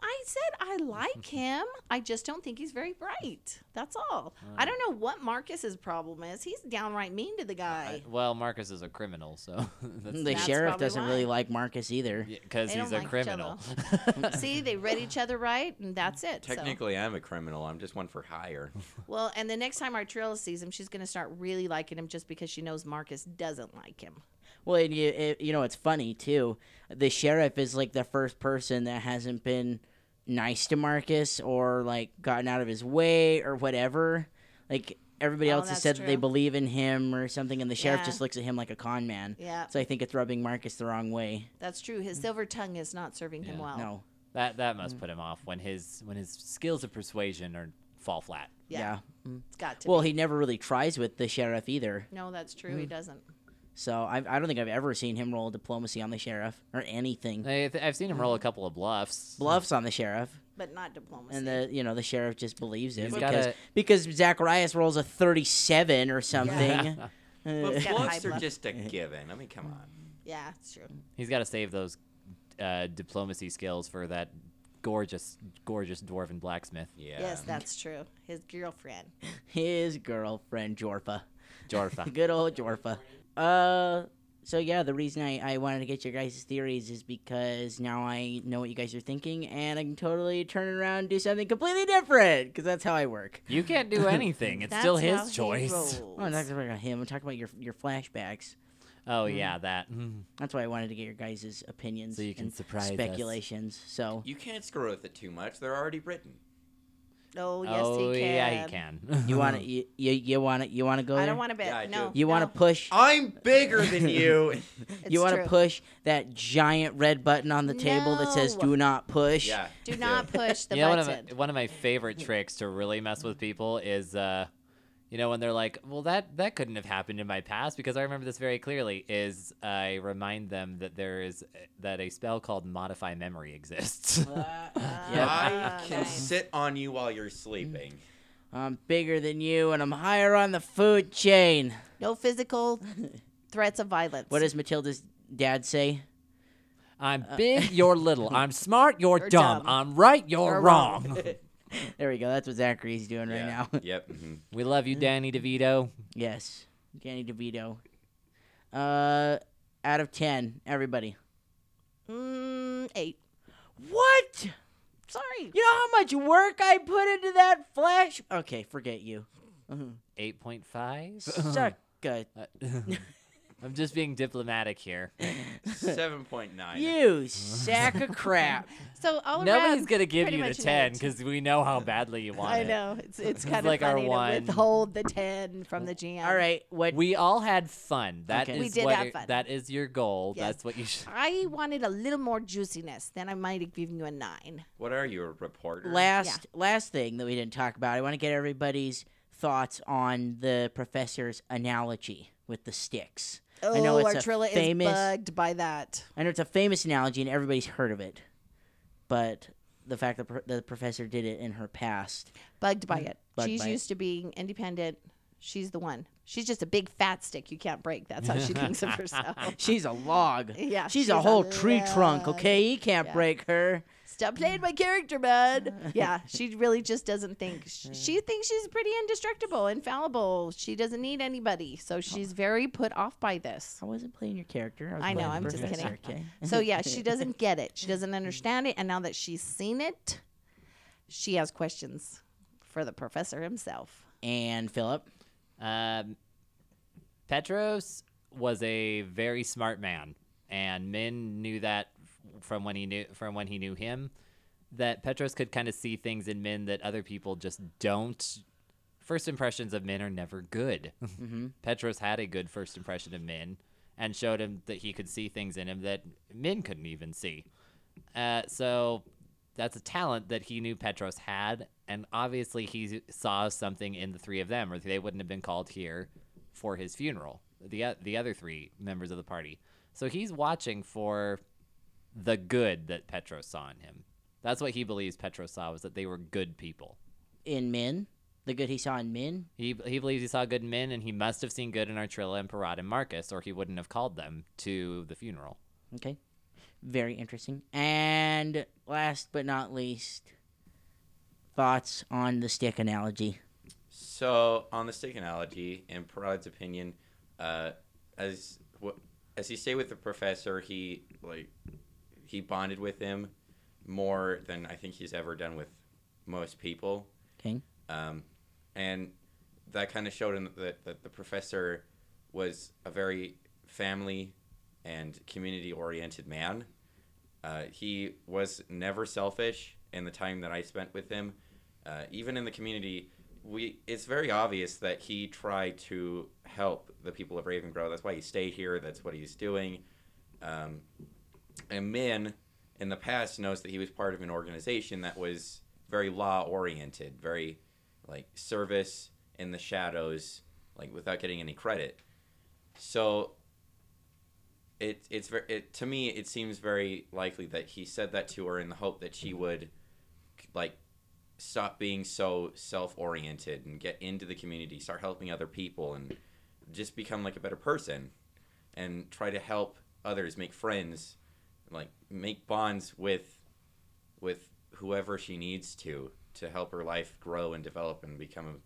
C: I said I
E: *laughs*
C: like him. I just don't think he's very bright. That's all. I don't know what Marcus's problem is. He's downright mean to the guy.
E: well, Marcus is a criminal, so *laughs* that's
B: The
C: That's
B: sheriff
C: probably
B: doesn't really
C: why.
B: like Marcus either.
E: because
C: They
E: he's a
C: don't like each
E: criminal. *laughs*
C: *laughs* See, they read each other right, and that's it. so-
D: Technically, I'm a criminal. I'm just one for hire.
C: Well, and the next time Artrilla sees him, she's going to start really liking him just because she knows Marcus doesn't like him.
B: Well, and you it, you know it's funny too. The sheriff is like the first person that hasn't been nice to Marcus or like gotten out of his way or whatever. Like everybody
C: Oh,
B: else has
C: that's
B: said that they
C: true.
B: believe in him or something, and the sheriff
C: Yeah.
B: just looks at him like a con man.
C: Yeah.
B: So I think it's rubbing Marcus the wrong way.
C: That's true. His silver tongue is not serving him
E: Mm. Yeah.
C: well.
B: No.
E: That that
C: Mm.
E: must put him off when his when his skills of persuasion are fall flat.
C: Yeah.
B: yeah.
C: It's got to.
B: Well, he never really tries with the sheriff either.
C: be. No, that's true.
E: Mm.
C: He doesn't.
B: So I, I don't think I've ever seen him roll diplomacy on the sheriff or anything.
E: I, I've seen him
C: Mm-hmm.
E: roll a couple of bluffs.
B: Bluffs on the sheriff,
C: But not diplomacy.
B: and the you know the sheriff just believes him
E: He's
B: because
E: gotta-
B: because Zacharias rolls a thirty-seven or
E: *laughs*
B: something.
D: But
C: got high
D: bluffs are
C: bluff.
D: just a given. I mean, come on.
C: yeah, it's true.
E: He's got to save those uh, diplomacy skills for that gorgeous, gorgeous dwarven blacksmith,
D: Yeah.
C: Yes, that's true. His girlfriend.
B: His girlfriend Jorfa,
C: *laughs*
E: Jorfa.
B: good old Jorfa. Uh, So yeah, the reason I, I wanted to get your guys' theories is because now I know what you guys are thinking, and I can totally turn it around and do something completely different because that's how I work.
E: You can't do anything. It's
C: That's
E: still
C: how
E: his
C: he
E: *laughs* choice.
B: I'm not
C: rolls.
B: talking about him. I'm talking about your your flashbacks.
E: Oh
C: Mm-hmm.
E: yeah, that.
B: That's why I wanted to get your guys' opinions
E: So you can
B: and
E: surprise us.
B: speculations. So
D: You can't screw with it too much. They're already written.
C: Oh yes,
E: oh
C: he can.
E: yeah, he can.
C: *laughs*
B: you
E: *laughs*
B: want to you you, you want to you want to go
C: I
B: there?
C: don't want to bet.
D: Yeah, I
C: no.
D: do.
B: you
C: no,
B: want to push
D: I'm bigger *laughs* than you.
C: it's
B: you want
C: true.
B: to push that giant red button on the table that says
C: No.
B: "Do not push."
D: yeah.
C: Do not
B: *laughs*
C: push the
E: you know, one of, my,
C: button.
E: one of my favorite tricks to really mess with people is, uh, you know, when they're like, "Well, that that couldn't have happened in my past because I remember this very clearly." Is I remind them that there is that a spell called Modify Memory exists. *laughs*
D: I
C: Ah,
D: can
C: nice.
D: sit on you while you're sleeping.
B: I'm bigger than you, and I'm higher on the food chain.
C: No
B: *laughs*
C: physical threats of violence.
B: What does Matilda's dad say?
E: I'm
C: *laughs*
E: big, you're little. I'm smart, you're
C: Uh, You're
E: dumb.
C: dumb.
E: I'm right, you're,
C: You're
E: wrong.
C: wrong.
B: There we go. That's what Zachary's doing right
D: Yeah.
B: now.
D: *laughs*
B: *laughs*
D: Yep. mhm.
E: *laughs* *laughs* we love you, Danny DeVito.
B: yes, Danny DeVito. Uh, out of ten, everybody.
C: Mm, eight.
B: What?
C: Sorry.
B: You know how much work I put into that flash? Okay, forget
D: *laughs*
B: you.
E: Eight
C: *laughs*
E: point five. Uh,
B: Suck a
E: *laughs* I'm just being diplomatic here.
D: 7.9.
B: you sack of crap.
C: So all
E: Nobody's
C: around,
E: gonna give
C: pretty
E: you the
C: much an
E: ten
C: eight.
E: because we
C: *laughs*
E: know how badly you want
C: I
E: it.
C: know it's it's kind of
E: like our
C: funny to
E: one-
C: withhold the ten from the GM.
B: All right, what?
E: We all had fun. That is
B: Okay. We
C: did
E: what
C: have
E: it-
C: fun.
E: that is your goal.
C: Yes.
E: That's what you should.
C: I wanted a little more juiciness. Then I might have given you a nine.
D: What are you, a
C: Uh,
D: reporter?
B: last last thing that we didn't talk about. I want to get everybody's thoughts on the professor's analogy with the sticks.
C: Oh,
B: I know it's
C: our
B: a
C: Trilla
B: famous.
C: is bugged by that.
B: I know it's a famous analogy, and everybody's heard of it. But the fact that pro- the professor did it in her past,
C: Bugged by it.
B: Mm, Bugged
C: She's
B: by it.
C: used to being independent. She's the one. She's just a big fat stick you can't break. That's how she thinks
B: *laughs*
C: of herself.
B: she's a log.
C: Yeah,
B: she's,
C: she's
B: a
C: a
B: whole tree trunk.
C: log.
B: Okay, you can't
C: Yeah.
B: break her.
C: Stop playing my character,
D: *laughs*
C: man. Yeah, she really just doesn't think. She,
D: Mm.
C: she thinks she's pretty indestructible, infallible. She doesn't need anybody. So she's very put off by this.
B: I wasn't playing your character. was
C: I know,
B: playing the
C: I'm just kidding.
B: professor, Okay?
C: So
B: *laughs*
C: yeah,
D: *laughs*
C: she doesn't get it. She doesn't understand it. And now that she's seen it, she has questions for the professor himself.
B: And Philip,
E: Um, Petros was a very smart man, and Min knew that f- from when he knew from when he knew him. That Petros could kind of see things in Min that other people just don't. First impressions of Min are never good. *laughs* Petros had a good first impression of Min, and showed him that he could see things in him that Min couldn't even see. Uh, so that's a talent that he knew Petros had, and obviously he saw something in the three of them, or they wouldn't have been called here for his funeral. The o- the other three members of the party. So he's watching for the good that Petros saw in him. That's what he believes Petros saw was that they were good people.
B: in Min, the good he saw in Min.
E: He, he believes he saw good in men, and he must have seen good in Artrilla and Parad and Marcus, or he wouldn't have called them to the funeral.
B: Okay. Very interesting. And last but not least, thoughts on the stick analogy.
D: So on the stick analogy, in Prod's opinion, uh, as what as he stayed with the professor, he like he bonded with him more than I think he's ever done with most people,
B: Okay.
D: um, and that kind of showed him that, that the professor was a very family and community oriented man. Uh, he was never selfish in the time that I spent with him. Uh, even in the community, we it's very obvious that he tried to help the people of Ravengrow. That's why he stayed here. That's what he's doing. Um, and Min, in the past, knows that he was part of an organization that was very law oriented, very like service in the shadows, like without getting any credit. So it it's ver it to me it seems very likely that he said that to her in the hope that she would like stop being so self-oriented and get into the community start helping other people and just become like a better person and try to help others make friends like make bonds with with whoever she needs to to help her life grow and develop and become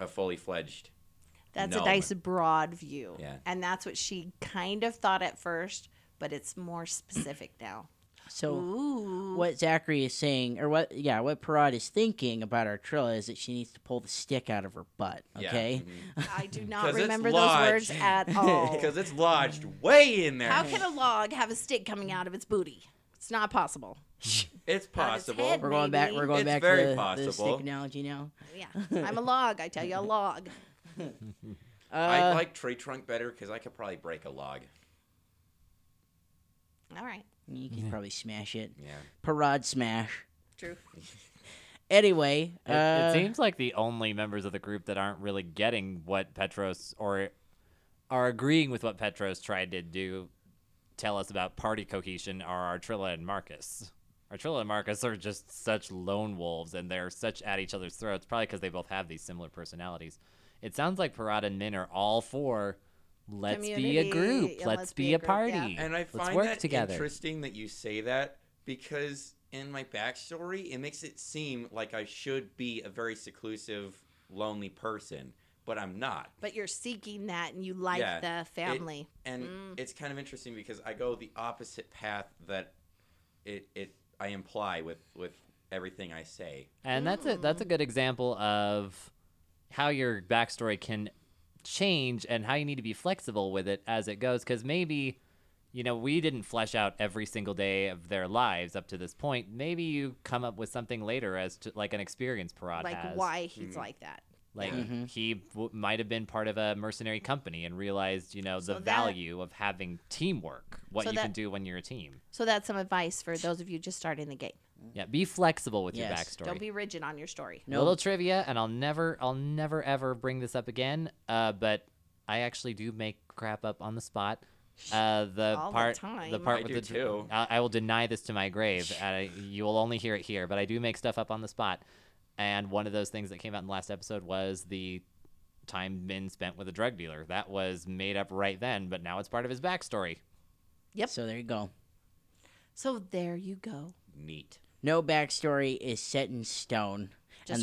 D: a, a fully fledged
C: That's
D: No.
C: a nice broad view.
D: Yeah.
C: And that's what she kind of thought at first, but it's more specific now.
D: Oh.
B: So
C: Ooh.
B: what Zachary is saying, or what, yeah, what Parad is thinking about Artrilla is that she needs to pull the stick out of her butt.
D: Yeah,
B: Okay,
D: mhm.
C: I
D: *laughs*
C: do
D: 'Cause
C: not
D: it's
C: remember those
D: lodged.
C: words
D: *laughs*
C: at all.
D: because it's lodged way in there.
C: How can a log have a stick coming out of its booty? It's not possible.
D: it's
C: Not his
D: possible.
C: head.
B: we're going back. We're going
D: It's
B: back to
D: very
B: the- the
D: possible.
B: stick analogy now.
C: Oh, Yeah. *laughs* I'm a log. I tell you, a log.
B: Uh,
D: I like tree trunk better because I could probably break a log.
C: All right.
B: Uh, you can probably smash it.
D: Yeah.
B: Parad smash.
C: True.
B: Anyway,
E: It,
B: uh,
E: it seems like the only members of the group that aren't really getting what Petros or are agreeing with what Petros tried to do tell us about party cohesion are Artrilla and Marcus. Artrilla and Marcus are just such lone wolves and they're such at each other's throats, probably because they both have these similar personalities. It sounds like Parada and Min are all for let's be a group,
C: Community, and
E: let's, be, a,
C: group, yeah.
E: party.
D: And I
E: let's
D: find
E: work
D: that
E: together.
D: interesting that you say that because in my backstory, it makes it seem like I should be a very seclusive, lonely person, but I'm not.
C: But you're seeking that and you like
D: Yeah,
C: the family.
D: And
B: Mm.
D: it's kind of interesting because I go the opposite path that it, it I imply with, with everything I say.
E: And that's a that's a good example of how your backstory can change and how you need to be flexible with it as it goes cuz maybe you know we didn't flesh out every single day of their lives up to this point. Maybe you come up with something later as to like an experience Parad
C: like
E: has.
C: why
B: Mm-hmm.
C: he's like that.
E: Like
D: Yeah.
E: he w- might have been part of a mercenary company and realized, you know, the
C: So that-
E: value of having teamwork, what
C: So
E: you can
C: that-
E: do when you're a team.
C: So that's some advice for those of you just starting the game.
E: Yeah, be flexible with your
B: Yes.
E: backstory.
C: Don't be rigid on your story.
B: No.
E: Little trivia, and I'll never, I'll never ever bring this up again. Uh, but I actually do make crap up on the spot. Uh, the
C: All the
E: part,
C: time.
E: part
D: I
E: with
D: do
E: the
D: too.
E: I, I will deny this to my grave. Uh, you will only hear it here, but I do make stuff up on the spot. And one of those things that came out in the last episode was the time Min spent with a drug dealer. That was made up right then, but now it's part of his backstory.
C: Yep.
B: so there you go.
C: So there you go.
D: Neat.
B: No backstory is set in stone,
C: Just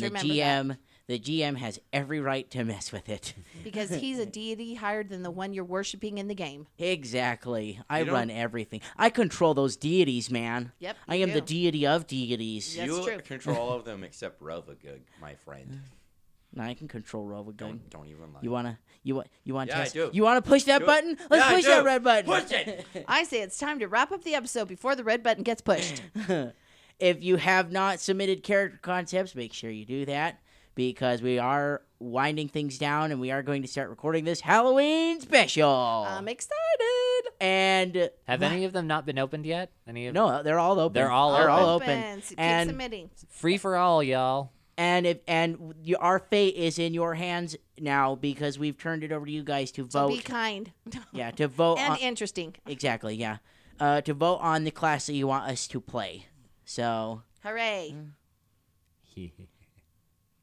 B: and the
C: remember
B: GM, the GM has every right to mess with it. *laughs*
C: Because he's a deity higher than the one you're worshiping in the game.
B: exactly. I
D: You don't-
B: run everything. I control those deities, man.
C: Yep,
B: I
C: you
B: am the
C: do.
B: deity of deities.
C: That's
D: you
C: true.
D: *laughs* control all
B: *laughs*
D: of them except Rovagug, my
B: *sighs*
D: friend.
B: Now I can control Rovagun.
D: Don't don't even lie.
B: You wanna, you want, you want to
D: Yeah, I
B: test?
D: do.
B: You wanna push that
D: Do it.
B: button? Let's
D: Yeah, I
B: push
D: do.
B: that red button. *laughs*
D: Push it.
C: I say it's time to wrap up the episode before the red button
B: *clears throat*
C: gets pushed.
B: *laughs* if you have not submitted character concepts, make sure you do that because we are winding things down and we are going to start recording this Halloween special.
C: I'm excited.
B: and
E: Have any of them not been opened yet? Any of
B: no, they're all open.
E: They're all
B: they're all
C: Open.
B: open.
C: So Keep
B: And
C: submitting.
E: free for all, y'all. *laughs*
B: and if and you, our fate is in your hands now because we've turned it over to you guys to
C: So
B: vote.
C: be
B: *laughs*
C: kind
B: yeah, to vote
C: and
B: on,
C: interesting.
B: exactly. Yeah, uh, to vote on the class that you want us to play. So
C: Hooray.
B: Mm.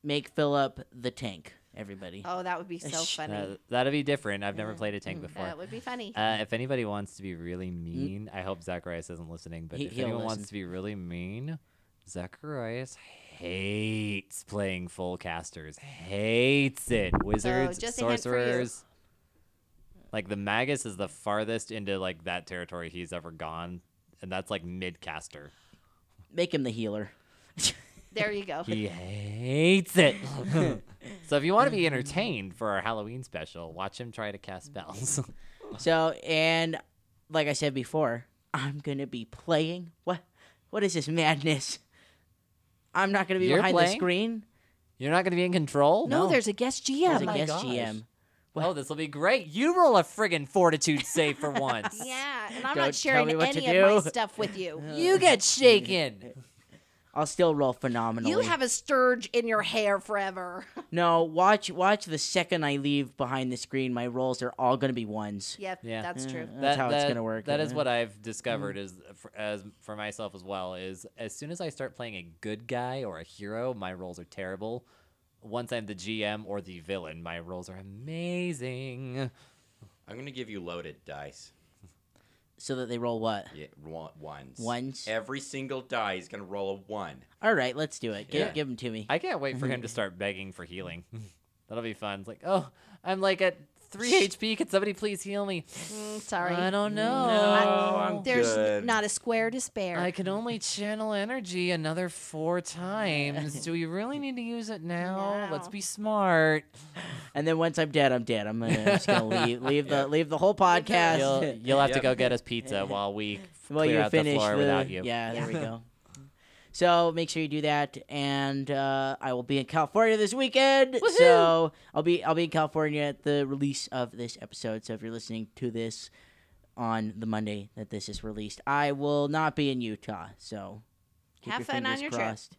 B: make Philip the tank, everybody.
C: Oh, that would be so funny. Hmm.
E: Uh, that'd be different. I've never played a tank before.
C: that would be funny.
E: Uh, if anybody wants to be really mean, I hope Zacharias isn't listening, but
B: He-
E: if
B: he'll
E: anyone
B: listen.
E: wants to be really mean, Zacharias hates playing full casters. Hates it. Wizards,
C: just a hint for you.
E: sorcerers. Like the Magus is the farthest into like that territory he's ever gone. And that's like mid caster.
B: Make him the healer.
C: there you go. *laughs*
E: He hates it. so if you want to be entertained for our Halloween special, watch him try to cast spells. *laughs*
B: So, and like I said before, I'm gonna be playing. What? What is this madness? I'm not gonna be
E: You're
B: behind the
E: playing?
B: screen.
E: You're not going to be in control?
C: no,
B: no.
C: there's a guest
B: As
C: GM.
B: a
E: my
B: guest
E: gosh.
B: GM.
E: Oh, this will be great. You roll a friggin' fortitude save for once.
C: yeah, and I'm
B: Don't tell
C: not sharing
B: me
C: any
B: what to
C: of
B: do.
C: my stuff
B: *laughs*
C: with you.
E: You get shaken.
B: I'll still roll phenomenally.
C: You have a sturge in your hair forever. *laughs*
B: no. Watch, watch. The second I leave behind the screen, my rolls are all gonna be ones.
C: yep,
E: Yeah.
C: that's true.
B: *laughs* That's how it's gonna work,
E: That is
B: yeah.
E: what I've discovered is for, as for myself as well is as soon as I start playing a good guy or a hero, my rolls are terrible. Once I'm the GM or the villain, my rolls are amazing.
D: I'm gonna give you loaded dice.
B: So that they roll what?
D: Yeah, wa- ones.
B: Ones?
D: Every single die is gonna roll a one.
B: All right, let's do it. Give,
D: Yeah.
B: give them to me. *laughs*
E: I can't wait for him to start begging for healing. *laughs* That'll be fun. It's like, oh, I'm like at three HP. Could somebody please heal me?
C: Mm, sorry.
E: I don't know.
D: I'm
C: There's n-
D: good.
C: not a square to spare.
E: *laughs* I can only channel energy another four times. Do we really need to use it *laughs* now? Let's
C: No.
E: be smart.
B: And then once I'm dead, I'm dead. I'm, gonna, I'm just
E: *laughs*
B: gonna leave, leave the leave the whole *laughs*
E: You'll,
B: podcast.
E: you'll have to
D: Yep.
E: go get us pizza while *laughs* we
B: Well,
E: clear
B: you
E: out
B: finish
E: the floor without you.
B: Yeah, there we go. So make sure you do that, and uh, I will be in California this weekend. So I'll be I'll be in California at the release of this episode. So if you're listening to this on the Monday that this is released, I will not be in Utah. So keep
C: Have
B: your
C: fun on
B: fingers
C: your trip.
B: crossed.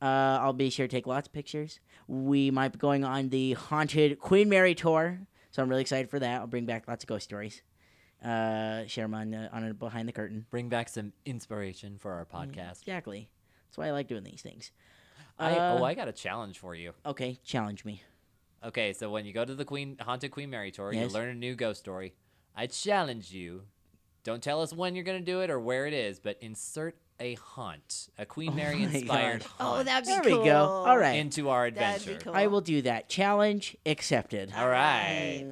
B: Uh, I'll be sure to take lots of pictures. We might be going on the haunted Queen Mary tour, so I'm really excited for that. I'll bring back lots of ghost stories. Uh, share them on the, on a behind the curtain.
E: Bring back some inspiration for our podcast.
B: Exactly. That's why I like doing these things.
E: I,
B: Mm. Uh,
E: oh, I got a challenge for you.
B: Okay, challenge me.
E: Okay, so when you go to the Queen Haunted Queen Mary tour,
B: Yes.
E: you learn a new ghost story. I challenge you. Don't tell us when you're gonna do it or where it is, but insert a haunt, a Queen Mary
B: Oh my
E: inspired
B: gosh.
C: oh,
E: haunt
C: that'd be
B: There
C: cool.
B: we go. All right.
E: into our
C: That'd
E: adventure.
C: be cool.
B: I will do that. Challenge accepted.
E: All right.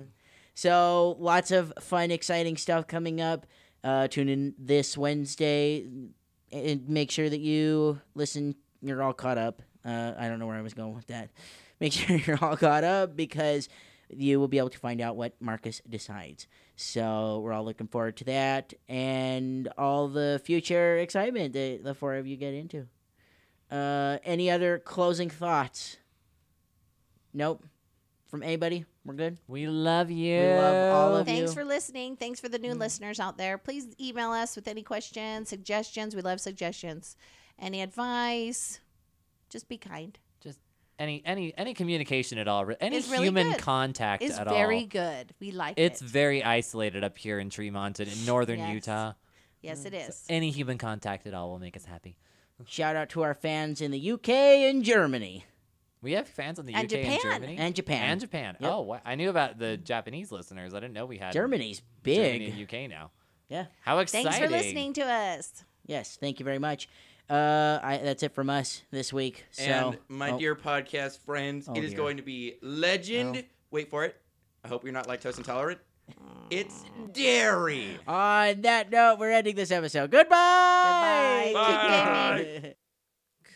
B: So, lots of fun, exciting stuff coming up. Uh, tune in this Wednesday and make sure that you listen. You're all caught up. Uh, I don't know where I was going with that. Make *laughs* sure you're all caught up because you will be able to find out what Marcus decides. So, we're all looking forward to that and all the future excitement that the four of you get into. Uh, any other closing thoughts? Nope. From anybody? We're good?
E: We love you.
B: love all of
C: Thanks
B: you. Mm.
C: for listening. Thanks for the new listeners out there. Please email us with any questions, suggestions. We love suggestions. Any advice? Just be kind.
E: just any any any communication at all, re- any
C: Is really
E: human
C: good.
E: contact
C: It's
E: at
C: very
E: all.
C: good. We like
E: It's
C: it.
E: very isolated up here in Tremont and in northern
C: Yes.
E: Utah.
C: yes, it is.
E: Any human contact at all will make us happy.
B: Shout out to our fans in the UK and Germany
E: We have fans in the
C: And
E: UK and
C: Japan.
E: Germany
B: and Japan.
E: and Japan.
B: Yep.
E: Oh, wha- I knew about the Japanese listeners. I didn't know we had
B: Germany's big.
E: Germany and UK now.
B: Yeah.
E: How exciting!
C: Thanks for listening to us.
B: Yes, thank you very much. Uh, I, that's it from us this week. So,
D: and my
B: oh,
D: dear podcast friends,
B: Oh,
D: it is
B: dear. Oh.
D: going to be legend. Wait for it. I hope you're not lactose intolerant. It's dairy.
B: On that note, we're ending this episode. Goodbye.
C: Goodbye. Keep gaming.
B: *laughs*